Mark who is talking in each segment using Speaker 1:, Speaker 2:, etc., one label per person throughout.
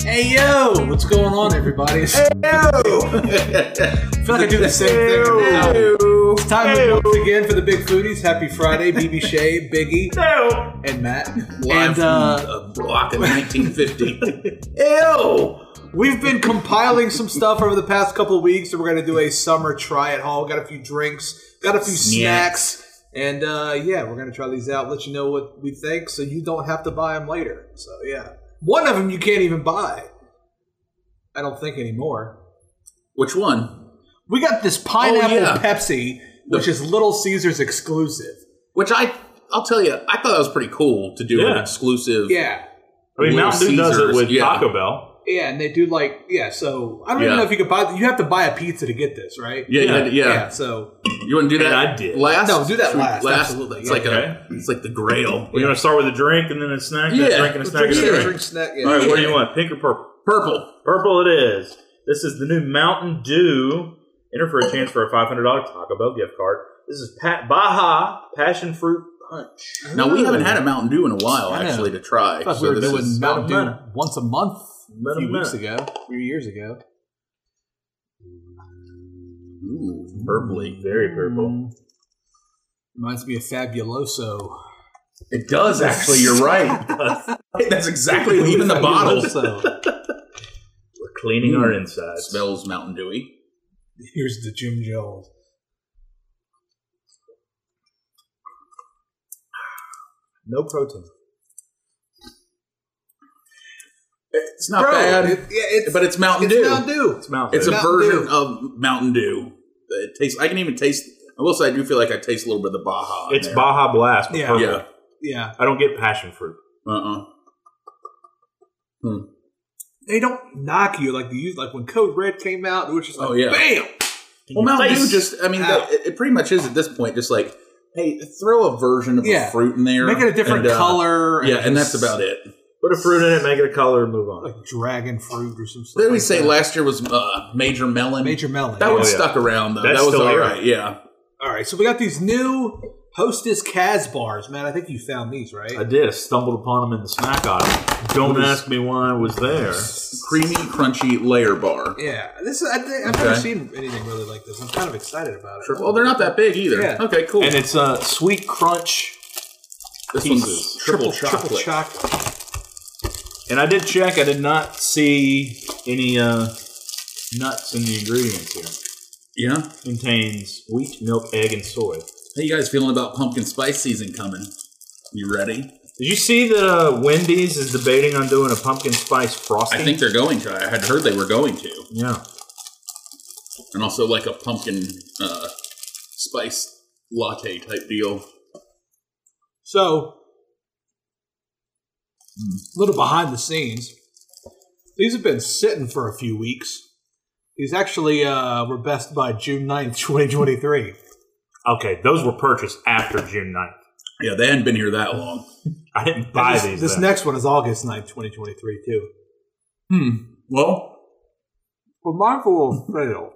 Speaker 1: Hey yo, what's going on, everybody? It's- I feel like I do the same thing. every now and then. It's time once again for the Big Foodies. Happy Friday, BB Shea, Biggie, and Matt. and
Speaker 2: Live
Speaker 1: uh,
Speaker 2: from a block in 1950. Ew!
Speaker 1: we've been compiling some stuff over the past couple of weeks, and we're gonna do a summer try at haul. Got a few drinks, got a few snacks,
Speaker 2: Snacks.
Speaker 1: and uh, yeah, we're gonna try these out. Let you know what we think, so you don't have to buy them later. So yeah, one of them you can't even buy. I don't think anymore.
Speaker 2: Which one?
Speaker 1: We got this pineapple
Speaker 2: Oh, yeah.
Speaker 1: Pepsi, which is Little Caesars exclusive.
Speaker 2: Which I, I'll tell you, I thought that was pretty cool to do an
Speaker 3: Yeah.
Speaker 2: exclusive.
Speaker 1: Yeah.
Speaker 3: I mean,
Speaker 2: Little
Speaker 3: Mountain Dew does
Speaker 2: Caesars,
Speaker 3: it with
Speaker 2: yeah.
Speaker 3: Taco Bell.
Speaker 1: Yeah, and they do like yeah, so I don't even
Speaker 2: Yeah.
Speaker 1: know if you could buy you have to buy a pizza to get this, right?
Speaker 2: Yeah, yeah,
Speaker 3: Yeah.
Speaker 2: yeah.
Speaker 1: so
Speaker 2: You want to do that?
Speaker 3: And I did.
Speaker 2: Last?
Speaker 1: No, do that
Speaker 2: Should we-
Speaker 1: last,
Speaker 2: Last.
Speaker 1: absolutely.
Speaker 2: It's like
Speaker 3: Okay.
Speaker 2: a. It's like the Grail.
Speaker 3: We're going to start with a drink and then a snack, then
Speaker 2: Yeah.
Speaker 3: a drink and a snack, and
Speaker 1: drink,
Speaker 3: a
Speaker 1: yeah,
Speaker 3: drink.
Speaker 1: drink snack, yeah.
Speaker 2: All
Speaker 3: All right, what do
Speaker 2: Yeah.
Speaker 3: you want? Pink or purple?
Speaker 2: Purple.
Speaker 3: Purple it is. This is the new Mountain Dew. Enter for a chance for a $500 Taco Bell gift card. This is Pat Baja Passion Fruit Punch.
Speaker 2: Now we haven't had a Mountain Dew in a while,
Speaker 1: I know.
Speaker 2: actually, to try.
Speaker 1: I thought we were
Speaker 2: this
Speaker 1: doing
Speaker 2: is-
Speaker 1: Mountain
Speaker 3: about a
Speaker 1: Dew once a month a
Speaker 3: About a
Speaker 1: few weeks
Speaker 3: minute.
Speaker 1: ago, a few years ago.
Speaker 2: Ooh, purpley.
Speaker 3: Very purple.
Speaker 1: Mm. Mm-hmm. Reminds me of Fabuloso.
Speaker 2: It does actually. You're right. That's exactly what even the bottle
Speaker 1: Fabuloso.
Speaker 3: We're cleaning our
Speaker 2: Mm.
Speaker 3: insides.
Speaker 2: smells Mountain Dewy.
Speaker 1: Here's the Jim Jones. No protein.
Speaker 2: It's not bad,
Speaker 1: It, yeah, it's,
Speaker 2: but it's Mountain
Speaker 1: it's
Speaker 2: Dew.
Speaker 1: Mountain Dew.
Speaker 3: It's Mountain
Speaker 2: It's a
Speaker 3: Dew.
Speaker 1: Mountain
Speaker 2: version
Speaker 1: Dew.
Speaker 2: of Mountain Dew. It tastes. I can even taste. I will say, I do feel like I taste a little bit of the Baja. in
Speaker 3: It's
Speaker 2: there.
Speaker 3: Baja Blast. but
Speaker 1: Yeah.
Speaker 3: purple.
Speaker 2: Yeah.
Speaker 1: Yeah,
Speaker 3: I don't get passion fruit.
Speaker 2: Uh. uh
Speaker 1: they don't knock you like they used. Like when Code Red came out, it was just like,
Speaker 2: Oh, yeah.
Speaker 1: bam.
Speaker 2: Well, Mountain
Speaker 3: Face.
Speaker 2: Dew just. I mean,
Speaker 1: Ow.
Speaker 2: the, it, it pretty much is at this point. Just like, hey, throw a version of
Speaker 1: Yeah.
Speaker 2: a fruit in there,
Speaker 1: Make it a different
Speaker 2: and, uh,
Speaker 1: color.
Speaker 2: Yeah, and that's
Speaker 1: just,
Speaker 2: about it.
Speaker 3: Put a fruit in it, make it a color, and move on.
Speaker 1: Like dragon fruit or some.
Speaker 2: What
Speaker 1: stuff
Speaker 2: did we
Speaker 1: like
Speaker 2: say
Speaker 1: that.
Speaker 2: last year was uh, Major Melon?
Speaker 1: Major Melon.
Speaker 2: That
Speaker 1: yeah.
Speaker 2: one
Speaker 3: Oh, yeah.
Speaker 2: stuck around though.
Speaker 3: That's
Speaker 2: that was
Speaker 3: still
Speaker 2: all
Speaker 3: there.
Speaker 2: right. Yeah.
Speaker 1: All right, so we got these new Hostess Kaz bars, man. I think you found these, right?
Speaker 3: I did. Stumbled upon them in the snack aisle. Don't ask me why I was there.
Speaker 2: Creamy, crunchy layer bar.
Speaker 1: yeah, this is, I think, I've never
Speaker 2: Okay.
Speaker 1: seen anything really like this. I'm kind of excited about it.
Speaker 2: Well, they're not that big either.
Speaker 1: Yeah.
Speaker 2: Okay, cool.
Speaker 3: And it's uh, sweet crunch.
Speaker 2: this
Speaker 3: pieces.
Speaker 2: one's
Speaker 1: triple
Speaker 2: triple,
Speaker 1: triple
Speaker 2: chocolate.
Speaker 1: chocolate.
Speaker 3: And I did check. I did not see any uh, nuts in the ingredients here.
Speaker 2: yeah.
Speaker 3: Contains wheat, milk, egg, and soy. Did
Speaker 2: How you guys feeling about pumpkin spice season coming? You ready?
Speaker 3: you see that uh, Wendy's is debating on doing a pumpkin spice frosting?
Speaker 2: I think they're going to. I had heard they were going to,
Speaker 3: Yeah.
Speaker 2: and also like a pumpkin uh, spice latte type deal.
Speaker 1: So, a little behind the scenes, these have been sitting for a few weeks. These actually uh, were best by June 9th, 2023.
Speaker 3: Okay, those were purchased after June 9th.
Speaker 2: Yeah, they hadn't been here that long.
Speaker 3: I didn't buy
Speaker 1: this,
Speaker 3: these.
Speaker 1: This
Speaker 3: then.
Speaker 1: next one is August 9th, 2023, too.
Speaker 2: Hmm. Well,
Speaker 1: Well, mine will fail.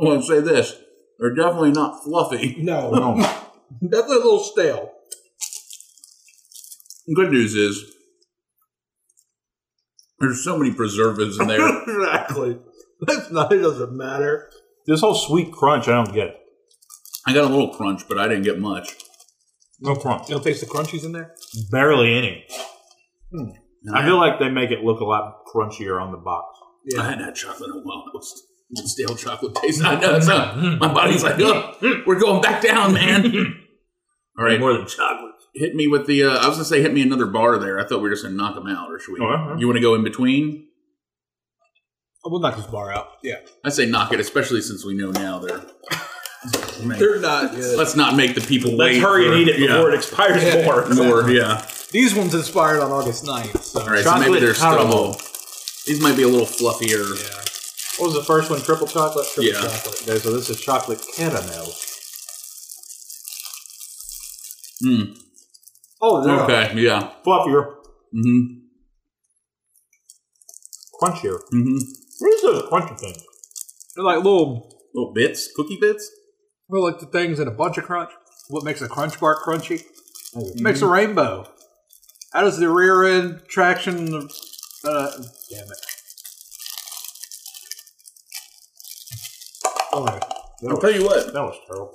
Speaker 2: I want to say this: they're definitely not fluffy.
Speaker 1: No,
Speaker 3: No.
Speaker 1: definitely a little stale.
Speaker 2: Good news is there's so many preservatives in there.
Speaker 1: exactly. That's not, it doesn't matter.
Speaker 3: This whole sweet crunch, I don't get.
Speaker 2: I got a little crunch, but I didn't get much.
Speaker 3: No crunch.
Speaker 1: You don't taste the crunchies in there?
Speaker 3: Barely any. I
Speaker 2: I,
Speaker 3: feel like they make it look a lot crunchier on the box.
Speaker 2: I hadn't had chocolate in a while. It was it's stale chocolate taste. I know it's not.
Speaker 3: Mm-hmm.
Speaker 2: My body's like, "Ugh, we're going back down, man. All right,
Speaker 3: Mm-hmm. More than chocolate.
Speaker 2: hit me with the. Uh, I was gonna say, hit me another bar there. I thought we were just gonna knock them out, or should we?
Speaker 3: All right, all right.
Speaker 2: You want to go in between?
Speaker 1: I will Oh, knock this bar out. Yeah.
Speaker 2: I say knock it, especially since we know now they're.
Speaker 1: They're not good.
Speaker 2: Let's not make the people
Speaker 3: Let's
Speaker 2: wait.
Speaker 3: hurry and
Speaker 2: for-
Speaker 3: eat it before it expires
Speaker 1: Yeah.
Speaker 3: more.
Speaker 2: yeah. More, yeah.
Speaker 1: These ones expired on August 9th. So.
Speaker 2: All right, so maybe
Speaker 3: Chocolate
Speaker 2: they're still.
Speaker 3: caramel.
Speaker 2: These might be a little fluffier.
Speaker 1: Yeah.
Speaker 3: What was the first one? Triple chocolate? Triple
Speaker 2: Yeah.
Speaker 3: chocolate. Okay, so this is chocolate caramel.
Speaker 2: Mm,
Speaker 1: Oh, no.
Speaker 2: Okay, yeah.
Speaker 3: Fluffier.
Speaker 2: Mm-hmm.
Speaker 3: Crunchier.
Speaker 2: Mm-hmm.
Speaker 3: What is those crunchy things?
Speaker 1: They're like little,
Speaker 2: Little bits, cookie bits.
Speaker 1: they're like the things in a bunch of crunch. What makes a crunch bar crunchy? Makes a rainbow. How does the rear end traction? Uh, damn it. Oh, man. That
Speaker 2: I'll
Speaker 1: was,
Speaker 2: tell you what,
Speaker 1: that was terrible.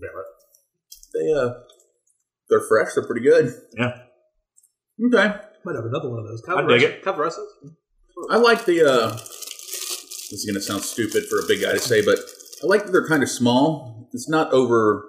Speaker 1: Damn it.
Speaker 2: they uh, they're fresh. They're pretty good.
Speaker 3: Yeah.
Speaker 2: Okay.
Speaker 1: Might have another one of those.
Speaker 3: I dig it.
Speaker 1: Cover us. up.
Speaker 2: I like the. uh This is gonna sound stupid for a big guy to say, but I like that they're kind of small. It's not over.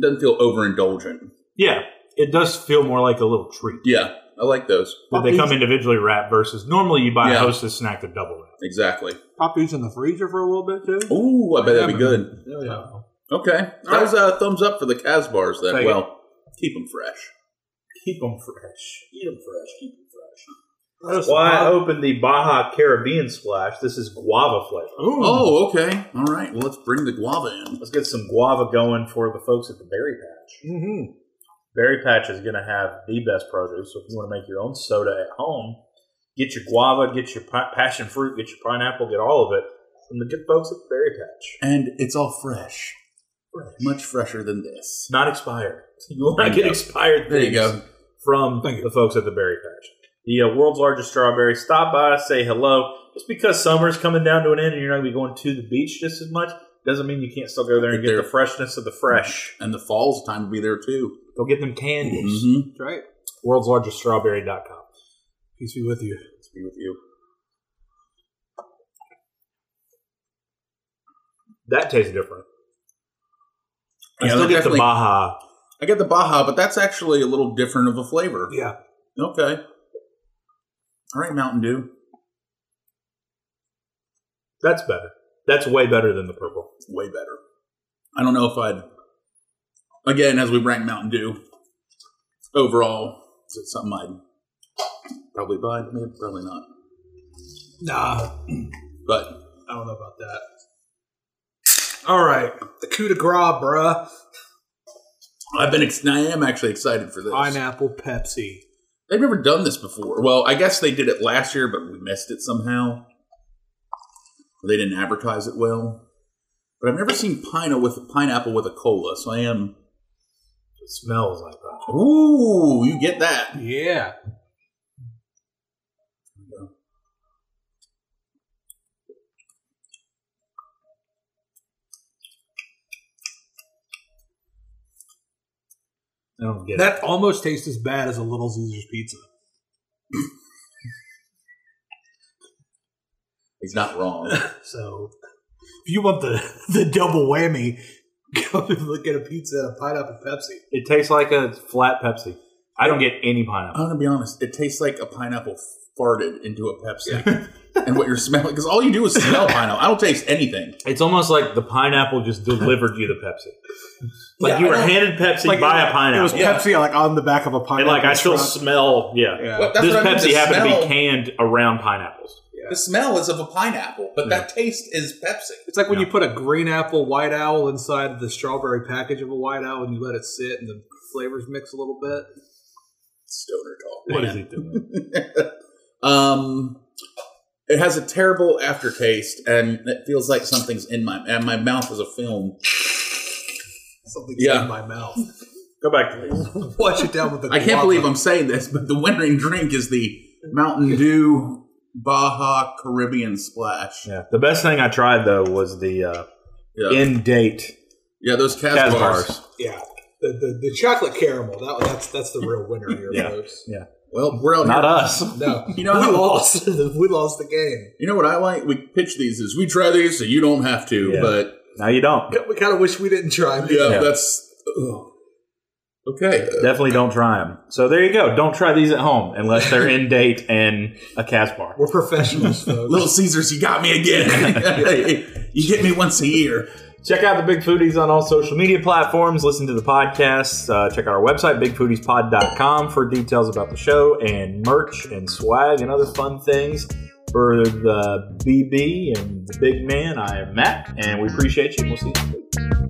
Speaker 2: Doesn't feel overindulgent.
Speaker 3: Yeah, it does feel more like a little treat.
Speaker 2: Yeah, I like those
Speaker 3: But they come individually wrapped versus normally you buy a
Speaker 2: Yeah.
Speaker 3: hostess snack to double wrap.
Speaker 2: exactly.
Speaker 1: Pop these in the freezer for a little bit, too.
Speaker 2: Ooh, Oh, I bet that'd be
Speaker 1: Yeah,
Speaker 2: good.
Speaker 1: Hell Oh, yeah.
Speaker 2: Okay, that was a thumbs up for the Casbars. Then,
Speaker 3: Take it.
Speaker 2: well, keep 'em keep them fresh.
Speaker 3: Keep them fresh.
Speaker 2: Eat them fresh. Keep them fresh.
Speaker 1: That is
Speaker 3: Well, I
Speaker 1: hot.
Speaker 3: opened the Baja Caribbean Splash. This is guava flavor.
Speaker 1: Ooh.
Speaker 2: Oh, okay. All right. Well, let's bring the guava in.
Speaker 3: Let's get some guava going for the folks at the Berry Patch.
Speaker 1: Mhm.
Speaker 3: Berry Patch is going to have the best produce. So if you want to make your own soda at home, get your guava, get your pi- passion fruit, get your pineapple, get all of it from the good folks at Berry Patch.
Speaker 2: And it's all fresh,
Speaker 3: Fresh.
Speaker 2: much fresher than this.
Speaker 3: It's not expired. You will
Speaker 2: There
Speaker 3: not
Speaker 2: you
Speaker 3: get
Speaker 2: go.
Speaker 3: expired
Speaker 2: There you
Speaker 3: things
Speaker 2: go.
Speaker 3: from
Speaker 1: Thank you.
Speaker 3: the folks at the Berry Patch. The uh, world's largest strawberry. Stop by, say hello. Just because summer's coming down to an end and you're not going to be going to the beach just as much doesn't mean you can't still go there and
Speaker 2: Get
Speaker 3: get the
Speaker 2: there.
Speaker 3: freshness of the fresh.
Speaker 2: And the fall's time to be there too.
Speaker 3: Go get them candies.
Speaker 2: Mhm.
Speaker 1: That's right.
Speaker 3: World's largest strawberry.com.
Speaker 1: Peace be with you.
Speaker 2: Let's be with you.
Speaker 3: That tastes different. I
Speaker 2: Yeah,
Speaker 3: still get
Speaker 2: that
Speaker 3: the
Speaker 2: definitely-
Speaker 3: Baja.
Speaker 2: I get the Baja, but that's actually a little different of a flavor.
Speaker 1: Yeah.
Speaker 2: Okay. All right, Mountain Dew.
Speaker 3: That's better. That's way better than the purple.
Speaker 2: It's way better. I don't know if I'd. Again, as we rank Mountain Dew, overall, is it something I'd probably buy? Maybe, probably not.
Speaker 1: Nah.
Speaker 2: But
Speaker 1: I don't know about that. All right, the coup de grace, bruh.
Speaker 2: I've been. Ex- I am actually excited for this.
Speaker 1: Pineapple Pepsi.
Speaker 2: They've never done this before. Well, I guess they did it last year, but we missed it somehow. They didn't advertise it well. But I've never seen pina with pineapple with a cola, so I am.
Speaker 3: It smells like that.
Speaker 2: Ooh, you get that.
Speaker 1: Yeah.
Speaker 3: I don't get
Speaker 1: That almost tastes as bad as a Little Caesars pizza.
Speaker 2: He's not wrong.
Speaker 1: So, if you want the, the double whammy, go and look at a pizza and a pineapple Pepsi.
Speaker 3: it. It tastes like a flat Pepsi. I don't get any pineapple.
Speaker 2: I'm gonna be honest. It tastes like a pineapple farted into a Pepsi, and what you're smelling because all you do is smell pineapple. I don't taste anything.
Speaker 3: It's almost like the pineapple just delivered you the Pepsi. Like
Speaker 1: Yeah,
Speaker 3: you were
Speaker 1: I know.
Speaker 3: handed Pepsi by a
Speaker 1: It was
Speaker 3: pineapple.
Speaker 2: Yeah.
Speaker 1: Pepsi like on the back of a pineapple.
Speaker 3: And like I still
Speaker 1: truck.
Speaker 3: smell, yeah.
Speaker 1: Yeah.
Speaker 2: Well, that's
Speaker 3: This
Speaker 2: what I mean,
Speaker 3: Pepsi
Speaker 2: the
Speaker 3: happened to be
Speaker 2: smell-
Speaker 3: canned around pineapples.
Speaker 2: The smell is of a pineapple, but that taste is Pepsi.
Speaker 1: It's like when
Speaker 3: Yeah.
Speaker 1: you put a green apple white owl inside the strawberry package of a white owl and you let it sit and the flavors mix a little bit.
Speaker 2: Stoner talk.
Speaker 3: What
Speaker 2: man.
Speaker 3: is he doing?
Speaker 2: Um, it has a terrible aftertaste, and it feels like something's in my and my mouth is a film.
Speaker 1: Something's
Speaker 2: Yeah.
Speaker 1: in my mouth.
Speaker 3: Go back to these.
Speaker 1: Wash it down with the
Speaker 2: I can't
Speaker 1: guava.
Speaker 2: believe I'm saying this, but the winning drink is the Mountain Dew Baja Caribbean Splash.
Speaker 3: Yeah. The best thing I tried though was the uh,
Speaker 2: Yeah,
Speaker 3: end date
Speaker 2: yeah those Cas,
Speaker 3: Cas
Speaker 2: bars.
Speaker 3: bars.
Speaker 1: Yeah, the, the, the chocolate caramel. That, that's that's the real winner here,
Speaker 3: Yeah.
Speaker 1: folks.
Speaker 2: Well, we're out
Speaker 3: Not
Speaker 2: here.
Speaker 3: us.
Speaker 1: No,
Speaker 2: You know
Speaker 1: we
Speaker 2: how-
Speaker 1: lost. we lost the game.
Speaker 2: You know what I like? We pitch these is we try these so you don't have to,
Speaker 3: Yeah.
Speaker 2: but
Speaker 3: No, you don't.
Speaker 1: We kind of wish we didn't try.
Speaker 2: yeah,
Speaker 3: Yeah.
Speaker 2: that's ugh. okay.
Speaker 3: Definitely don't try them. So there you go. Don't try these at home unless they're in date and a Cas bar.
Speaker 1: We're professionals, folks.
Speaker 2: Little Caesars, you got me again. you get me once a year.
Speaker 3: Check out the Big Foodies on all social media platforms. Listen to the podcast. Uh, check out our website, bigfoodiespod.com, for details about the show and merch and swag and other fun things. For the BB and the big man, I am Matt, and we appreciate you. We'll see you next week.